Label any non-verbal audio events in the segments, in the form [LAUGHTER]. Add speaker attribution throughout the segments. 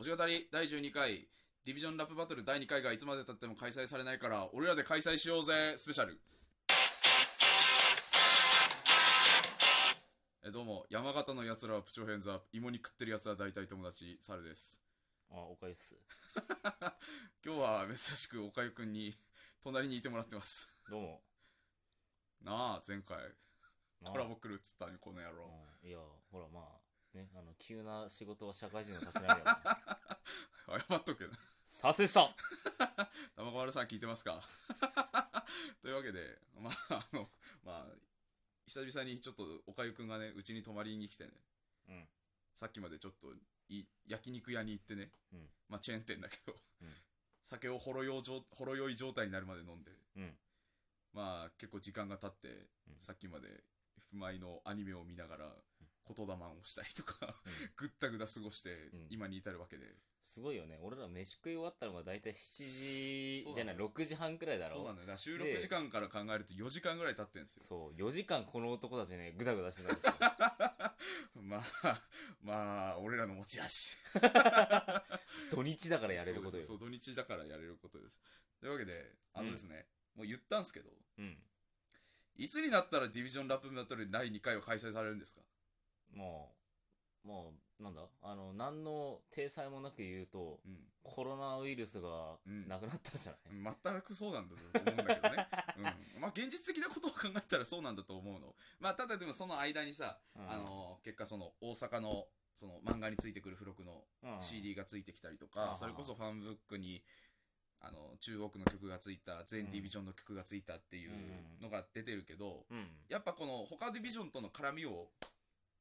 Speaker 1: 推し語り第12回、ディビジョンラップバトル第2回がいつまでたっても開催されないから、俺らで開催しようぜ、スペシャル。えどうも、山形のやつらはプチョヘンザ、芋に食ってるやつは大体友達、サルです。
Speaker 2: あ、おかゆっす。
Speaker 1: 今日は珍しくおかゆくんに隣にいてもらってます。
Speaker 2: どうも。
Speaker 1: [LAUGHS] なあ、前回、
Speaker 2: なあ
Speaker 1: コラボ来るっつったね、この野郎。
Speaker 2: うん、いや、ほら、まあ、ね、あの、急な仕事は社会人のたしなみだ。
Speaker 1: [LAUGHS] 謝っとくけど。
Speaker 2: させした
Speaker 1: 玉川さん聞いてますか [LAUGHS] というわけで、まあ、あの、まあ、久々にちょっとおかゆくんがね、うちに泊まりに来てね、
Speaker 2: うん
Speaker 1: さっきまでちょっとい焼肉屋に行ってね、
Speaker 2: うん
Speaker 1: まあチェーン店だけど、
Speaker 2: うん
Speaker 1: [LAUGHS] 酒をほろよい状ほろ酔い状態になるまで飲んで、
Speaker 2: うん
Speaker 1: まあ結構時間が経って、
Speaker 2: うん
Speaker 1: さっきまで不舞のアニメを見ながら、言霊をしたりとか、 [LAUGHS] ぐったぐだ過ごして、
Speaker 2: ん
Speaker 1: 今に至るわけで、
Speaker 2: すごいよね。俺ら飯食い終わったのが大体7
Speaker 1: そうだ
Speaker 2: 時じゃ
Speaker 1: ね
Speaker 2: ない、6時半くらいだろ。
Speaker 1: そうなんだよ。だから収録
Speaker 2: で
Speaker 1: 時間から考えると4時間ぐらい経ってるんですよ。
Speaker 2: そう、4時間この男たちね、ぐだぐだしてたんですよ。
Speaker 1: [LAUGHS] まあ、まあ、俺らの持ち味。
Speaker 2: 土日だからやれること
Speaker 1: そ
Speaker 2: よ。
Speaker 1: うですそう、土日だからやれることです。というわけで、あのですね、もう言ったんですけど、
Speaker 2: うん。
Speaker 1: いつになったらディビジョンラップバトル第2回を開催されるんですか
Speaker 2: もう、もう、なんだあの、何の体裁もなく言うと、
Speaker 1: うん。
Speaker 2: コロナウイルスが
Speaker 1: うん
Speaker 2: なくなったじゃない、
Speaker 1: 全くそうなんだと思うんだけどね。うん。まあ、現実的なことを考えたらそうなんだと思うの。まあ、ただでもその間にさ、
Speaker 2: うん
Speaker 1: あの、結果その、大阪の、その漫画についてくる付録の
Speaker 2: うん
Speaker 1: CD がついてきたりと
Speaker 2: あ
Speaker 1: か、
Speaker 2: は
Speaker 1: それこそファンブックに、あの、中国の曲がついた、全ディビジョンの曲がついたっていうのが出てるけど、
Speaker 2: うん。
Speaker 1: やっぱこの他ディビジョンとの絡みを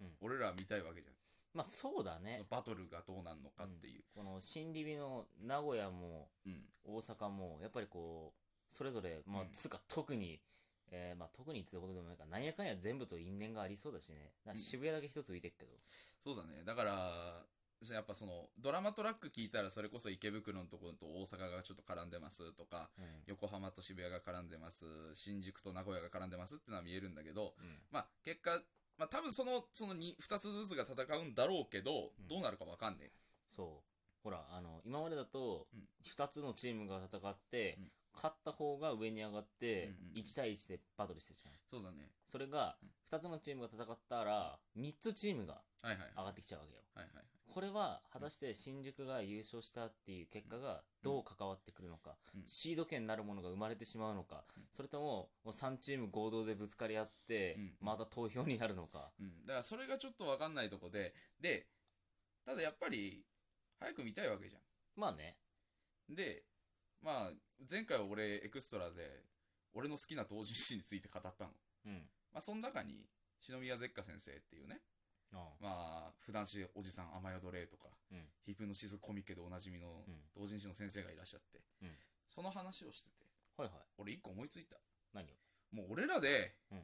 Speaker 2: うん、
Speaker 1: 俺らは見たいわけじゃん。
Speaker 2: まあ、そうだ
Speaker 1: そ
Speaker 2: ね
Speaker 1: の。バトルがどうなんのかっていう。
Speaker 2: この新リビの名古屋も
Speaker 1: うん。
Speaker 2: 大阪もやっぱりこうそれぞれまあ
Speaker 1: うん
Speaker 2: つうか特に、えーまあ特につうほどでもないからなんやかんや全部と因縁がありそうだしねなんか渋谷だけ一つ浮いてっけど、
Speaker 1: そうだね。だから、そうやっぱそのドラマトラック聞いたらそれこそ池袋のところと大阪がちょっと絡んでますとか
Speaker 2: うん
Speaker 1: 横浜と渋谷が絡んでます新宿と名古屋が絡んでますってのは見えるんだけど
Speaker 2: うん
Speaker 1: まあ結果まあ多分そのその 2, 2つずつが戦うんだろうけど
Speaker 2: うん
Speaker 1: どうなるかわかんねえ
Speaker 2: そうほらあの今までだと
Speaker 1: うん
Speaker 2: 2つのチームが戦って、
Speaker 1: うん
Speaker 2: 勝った方が上に上がって
Speaker 1: うんうん
Speaker 2: 1対1でバトルしてたじゃん
Speaker 1: そうだね
Speaker 2: それが
Speaker 1: うん
Speaker 2: 2つのチームが戦ったら3つチームが
Speaker 1: はいはい
Speaker 2: 上
Speaker 1: はい
Speaker 2: がってきちゃうわけよ
Speaker 1: はいはい
Speaker 2: これは果たして新宿が優勝したっていう結果がどう関わってくるのか、
Speaker 1: うん
Speaker 2: シード権なるものが生まれてしまうのか、
Speaker 1: うん
Speaker 2: それとももう3チーム合同でぶつかり合って
Speaker 1: うん、
Speaker 2: また投票になるのか、
Speaker 1: うん、だからそれがちょっと分かんないとこで、で、ただやっぱり、早く見たいわけじゃ
Speaker 2: まあね、
Speaker 1: ん。で、まあ、前回俺、エクストラで、俺の好きな同人誌について語ったの。
Speaker 2: うん、
Speaker 1: まあ、その中に、篠宮ゼッカ先生っていうね、
Speaker 2: ああ
Speaker 1: まあ、普段しおじさん雨宿れとか、
Speaker 2: うん
Speaker 1: ヒプノシスコミケでおなじみの
Speaker 2: うん、
Speaker 1: 同人誌の先生がいらっしゃって、
Speaker 2: うん
Speaker 1: その話をしてて、
Speaker 2: はいはい、
Speaker 1: 俺一個思いついた。
Speaker 2: 何を、
Speaker 1: もう俺らで、
Speaker 2: うん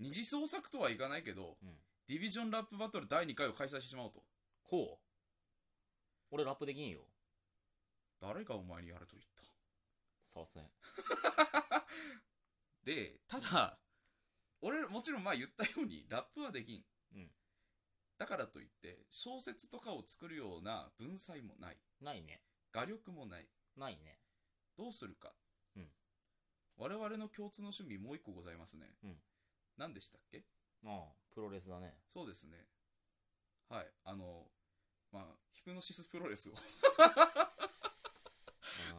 Speaker 1: 二次創作とはいかないけど、
Speaker 2: うん、
Speaker 1: ディビジョンラップバトル第2回を開催してしまおうと。
Speaker 2: ほう、俺ラップできんよ、
Speaker 1: 誰がお前にやると言った
Speaker 2: させん、
Speaker 1: で、ただ、俺、もちろんまあ言ったように、ラップはできん。
Speaker 2: うん
Speaker 1: だからといって、小説とかを作るような文才もない。
Speaker 2: ないね、
Speaker 1: 画力もない。
Speaker 2: ないね、
Speaker 1: どうするか。
Speaker 2: うん
Speaker 1: 我々の共通の趣味もう一個ございますね。
Speaker 2: うん
Speaker 1: 何でしたっけ
Speaker 2: ああプロレスだね、
Speaker 1: そうですね。はい。あの、まあ、ヒプノシスプロレスを
Speaker 2: あ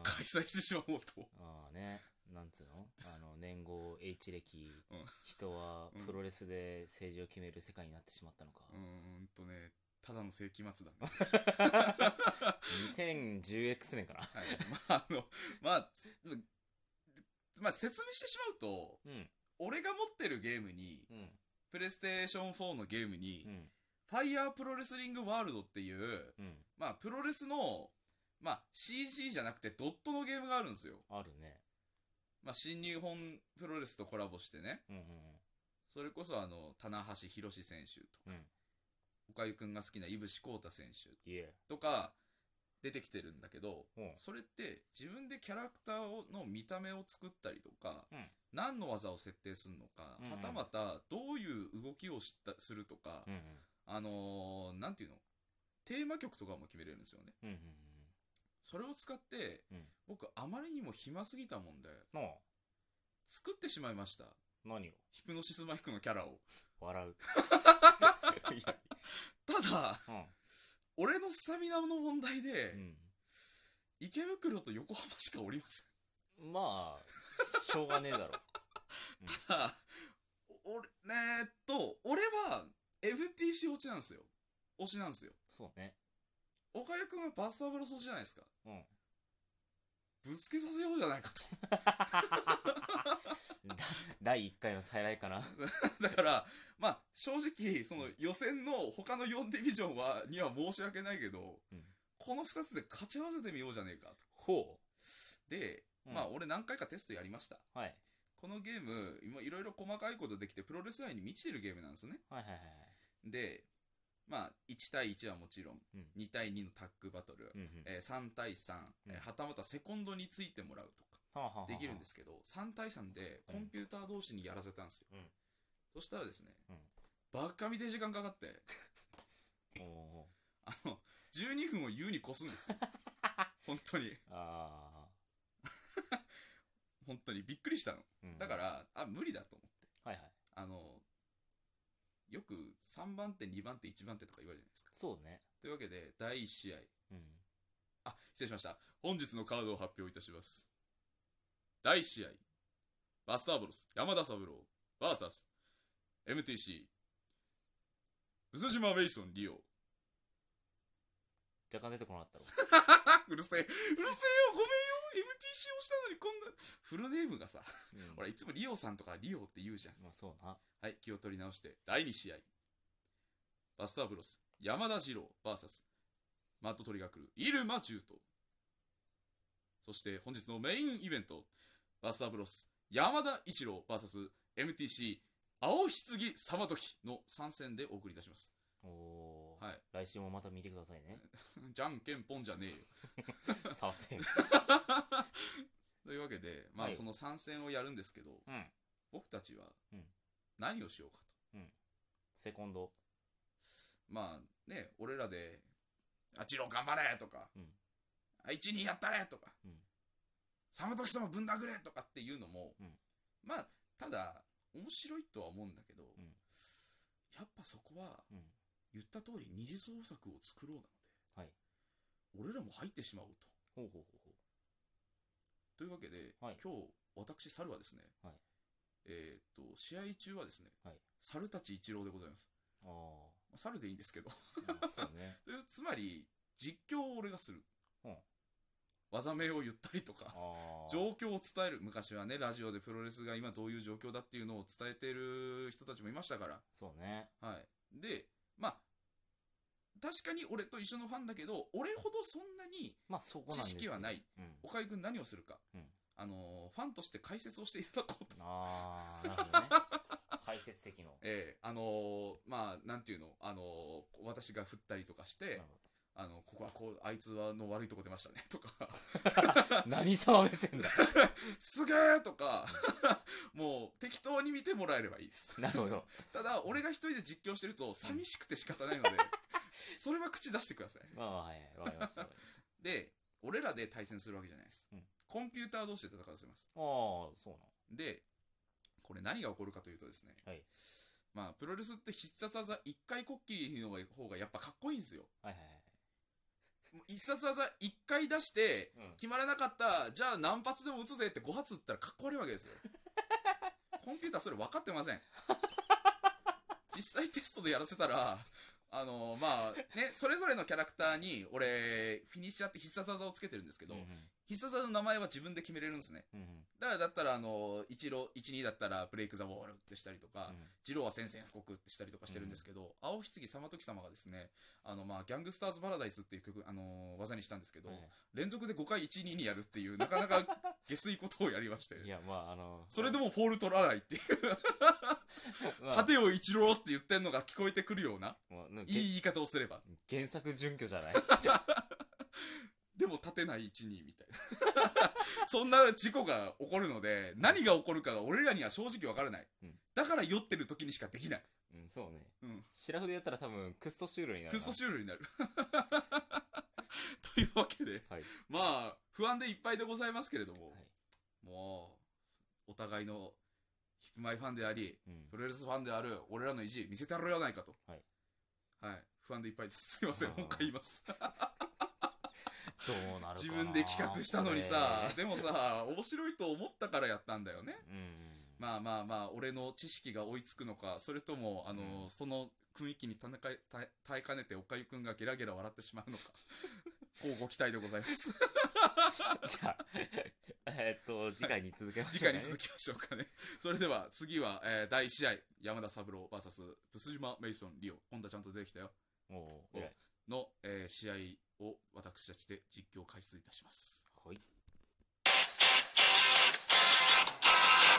Speaker 2: あ
Speaker 1: 開催してしまおうと。
Speaker 2: ああね、なんつうのあの、年号、H 歴、
Speaker 1: うん
Speaker 2: 人は
Speaker 1: うん
Speaker 2: プロレスで政治を決める世界になってしまったのか。
Speaker 1: うーんとね、ただの世紀末だね。
Speaker 2: 2010X 年かな。
Speaker 1: はい、まああの [LAUGHS] まあつまあ説明してしまうと
Speaker 2: うん、
Speaker 1: 俺が持ってるゲームに
Speaker 2: うん、
Speaker 1: プレイステーション4のゲームに、
Speaker 2: うん、
Speaker 1: ファイヤープロレスリングワールドっていう
Speaker 2: うん。
Speaker 1: まあプロレスのまあ CG じゃなくてドットのゲームがあるんですよ
Speaker 2: あるね。
Speaker 1: まあ新日本プロレスとコラボしてね
Speaker 2: うん、うん
Speaker 1: それこそあの棚橋宏選手とか、
Speaker 2: うん、うん。
Speaker 1: おかゆくんが好きな井伏浩太選手
Speaker 2: いえ。
Speaker 1: とか出てきてるんだけど
Speaker 2: うん。
Speaker 1: それって自分でキャラクターをの見た目を作ったりとか、
Speaker 2: うん
Speaker 1: 何の技を設定するのか、
Speaker 2: うんうん
Speaker 1: はたまたどういう動きをしたするとか、
Speaker 2: うん、
Speaker 1: あのーなんていうのテーマ曲とかも決めれるんですよね。
Speaker 2: うんうん
Speaker 1: それを使って、
Speaker 2: うん
Speaker 1: 僕あまりにも暇すぎたもんで、
Speaker 2: うん。なあ、
Speaker 1: 作ってしまいました。
Speaker 2: 何を
Speaker 1: ヒプノシスマイクのキャラを。
Speaker 2: 笑う。いや
Speaker 1: ただ、
Speaker 2: う
Speaker 1: 俺のスタミナの問題で、
Speaker 2: ん。
Speaker 1: 池袋と横浜しかおりません。
Speaker 2: うん。まあ、しょうがねえだろ。
Speaker 1: ただ、お俺、ねえっと、俺は FTC 落ちなんですよ。推しなんですよ。
Speaker 2: そうね。
Speaker 1: 岡井くんはバスタブロス推しじゃないですか。
Speaker 2: うん。
Speaker 1: ぶつけさせようじゃないかと。
Speaker 2: だ第1回の再来かな。
Speaker 1: だから、 [LAUGHS] まあ、正直、その予選の他の4ディビジョンは、には申し訳ないけど、
Speaker 2: うん
Speaker 1: この2つで勝ち合わせてみようじゃねえかと。
Speaker 2: ほ
Speaker 1: で、
Speaker 2: うん
Speaker 1: まあ、俺何回かテストやりました。
Speaker 2: う。はい。
Speaker 1: このゲーム、今いろいろ細かいことできて、プロレス愛に満ちてるゲームなんですよね。
Speaker 2: はいはいはいはい。
Speaker 1: で、まあ、1対1はもちろん、
Speaker 2: うん
Speaker 1: 2対2のタッグバトル、
Speaker 2: うんうん。
Speaker 1: えー3対3、
Speaker 2: うん
Speaker 1: えーはたまたセコンドについてもらうとか。
Speaker 2: はあはあはあ
Speaker 1: できるんで。すけど、3対3でコンピューター同士にやらせたんですよ。
Speaker 2: うん
Speaker 1: そしたらですね、
Speaker 2: うん
Speaker 1: ばっかみで時間かかって、
Speaker 2: おお。
Speaker 1: あの、12分を優に越すん
Speaker 2: [LAUGHS]
Speaker 1: ですよ。本当に、
Speaker 2: あ
Speaker 1: 本当にびっくりしたの。
Speaker 2: あ。うん
Speaker 1: だか。ら、あ、無理だと思って。
Speaker 2: はいはい。
Speaker 1: あの、よく3番手、2番手、1番手とか言われるじゃないですか。
Speaker 2: そうね。
Speaker 1: というわけで、第1試合。
Speaker 2: うん。
Speaker 1: あ、失礼しました。本日のカードを発表いたします。第1試合、バスターボロス、山田三郎、VS、MTC、渦島ウェイソン、リオ。
Speaker 2: 若干出てこなかったろ。
Speaker 1: うるせえ、うるせえよ、ごめんよ、MTC をしたのにこんな、フルネームがさ、
Speaker 2: うん
Speaker 1: ほら、いつもリオさんとかリオって言うじゃん。
Speaker 2: まあそうな。
Speaker 1: はい、気を取り直して、第2試合。バスターブロス、山田二郎、VS、マットトリガークルー、入間中と。そして、本日のメインイベント、バスターブロス、山田一郎、VS、MTC、青棺様時の参戦でお送りいたします。
Speaker 2: おお。
Speaker 1: はい。 [LAUGHS]
Speaker 2: 来週もまた見てくださいね。
Speaker 1: じゃんけんぽんじゃねえよ。 [LAUGHS]
Speaker 2: させ。
Speaker 1: というわけで、ま
Speaker 2: は
Speaker 1: あ、
Speaker 2: い
Speaker 1: その参戦をやるんですけど、
Speaker 2: うん。
Speaker 1: 僕たちは
Speaker 2: うん、
Speaker 1: 何をしようかと。
Speaker 2: セコンド。
Speaker 1: まあね、俺らで、あ、チロ頑張れとか、
Speaker 2: うん
Speaker 1: あ、一人やったれとか、
Speaker 2: うん
Speaker 1: サムトキ様ぶん殴れとかっていうのも、
Speaker 2: うん
Speaker 1: まあ、ただ、面白いとは思うんだけど、
Speaker 2: ん
Speaker 1: やっぱそこは、
Speaker 2: うん。
Speaker 1: 言った通り二次創作を作ろうなので、
Speaker 2: はい
Speaker 1: 俺らも入ってしまおうと。
Speaker 2: ほうほうほうほう。
Speaker 1: というわけで、
Speaker 2: はい
Speaker 1: 今日、私、猿はですね、
Speaker 2: はい
Speaker 1: えーっと、試合中はですね、
Speaker 2: はい
Speaker 1: 猿たち一郎でございます。
Speaker 2: あ
Speaker 1: まあ猿でいいんですけど
Speaker 2: あ。まあそう
Speaker 1: [LAUGHS]
Speaker 2: ね。
Speaker 1: というつまり実況を俺がする、
Speaker 2: うん
Speaker 1: 技名を言ったりとか
Speaker 2: ああ。
Speaker 1: 状況を伝える昔はねラジオでプロレスが今どういう状況だっていうのを伝えてる人たちもいましたか
Speaker 2: そうね。
Speaker 1: ら、はい、でまあ確かに俺と一緒のファンだけど俺ほどそんなに
Speaker 2: まあそこなん
Speaker 1: 知
Speaker 2: です。
Speaker 1: 識はないい
Speaker 2: うん。
Speaker 1: 岡井君何をするか、
Speaker 2: うん
Speaker 1: あのーファンとして解説をしていただこうと [LAUGHS]
Speaker 2: ああ、なるほどね。解説的の。
Speaker 1: ええあのーまあなんていうの、あのー私が振ったりとかして、
Speaker 2: なるほど
Speaker 1: あのここはこうあいつはの悪いとこ出ましたねとか
Speaker 2: 何様目線だ
Speaker 1: すげーとか、 [LAUGHS] もう適当に見てもらえればいいです。
Speaker 2: なるほど。
Speaker 1: ただ、俺が一人で実況してると寂しくて仕方ないので、 [LAUGHS] それは口出してください。
Speaker 2: まあまあ、はいはい。わかりました。わかりました
Speaker 1: で、俺らで対戦するわけじゃないです。
Speaker 2: うん
Speaker 1: コンピューター同士で戦わせます。
Speaker 2: ああ、そう
Speaker 1: で、これ何が起こるかというとですね、
Speaker 2: はい
Speaker 1: まあ、プロレスって必殺技一回こっきりの方がやっぱかっこいいんですよ。
Speaker 2: なの。はいは
Speaker 1: もう必殺技一回出して、
Speaker 2: いはい。うん。
Speaker 1: 決まらなかった、じゃあ何発でも撃つぜって5発撃ったらかっこ悪いわけですよ。 [LAUGHS] コンピューターそれ分かってません。 [LAUGHS] 実際テストでやらせたら、あのまあね、それぞれのキャラクターに俺、フィニッシャーって必殺技をつけてるんですけど、
Speaker 2: うん
Speaker 1: 必殺技の名前は自分で決めれるんですね。
Speaker 2: うん。うん
Speaker 1: だからだったら、あの、一郎、一二だったらブレイクザウォールってしたりとか、
Speaker 2: うん。
Speaker 1: ジローは宣戦布告ってしたりとかしてるんですけど、青棺様時様がですね、あの、まあ、ギャングスターズパラダイスっていう曲、あの技にしたんですけど、
Speaker 2: はい
Speaker 1: 連続で5回1、2にやるっていう、なかなか下水ことをやりまして
Speaker 2: はい、いや、まあ、あの、
Speaker 1: それでもフォール取らないっていう、
Speaker 2: まあ、
Speaker 1: 盾を一郎って言ってんのが聞こえてくるような、
Speaker 2: もうなんか
Speaker 1: いい言い方をすれば、
Speaker 2: げ原作準拠じゃない
Speaker 1: でも立てない1、2みたいな。 [LAUGHS] そんな事故が起こるので、何が起こるかが俺らには正直わからない
Speaker 2: うん。
Speaker 1: だから酔ってる時にしかできない。
Speaker 2: うん、そうね。
Speaker 1: うん。
Speaker 2: 白筆やったら多分、クッソシュールになるな。
Speaker 1: クソシュールになる。 [LAUGHS] というわけで、
Speaker 2: はい。
Speaker 1: まあ、不安でいっぱいでございますけれども、
Speaker 2: はい
Speaker 1: もう、お互いのヒップマイファンであり、
Speaker 2: うん
Speaker 1: プ。ロレスファンである俺らの意地見せてやろうやないかと。
Speaker 2: はい。
Speaker 1: はい。不安でいっぱいです。すいません、
Speaker 2: あ
Speaker 1: も
Speaker 2: ー
Speaker 1: う一回言います。
Speaker 2: どうなるかな
Speaker 1: 自分で企画したのにさ
Speaker 2: こ、
Speaker 1: でもさ、面白いと思ったからやったんだよね。
Speaker 2: れうんうん。
Speaker 1: まあまあまあ、俺の知識が追いつくのか、それとも、あの、
Speaker 2: うん
Speaker 1: その雰囲気にたなか耐え耐えかねて、おかゆくんがゲラゲラ笑ってしまうのか、 [LAUGHS] こうご期待でござい
Speaker 2: [LAUGHS]
Speaker 1: ます。
Speaker 2: じゃあ、えーっと、次回に続けましょ
Speaker 1: 次回
Speaker 2: う、ね。
Speaker 1: に続きましょうかね。それでは、次は、えー第1試合、山田三郎 VS、プス島メイソン、リオ、今度はちゃんと出てきたよ、
Speaker 2: おー偉い
Speaker 1: の、えー試合を私たちで実況解説いたします。
Speaker 2: はい。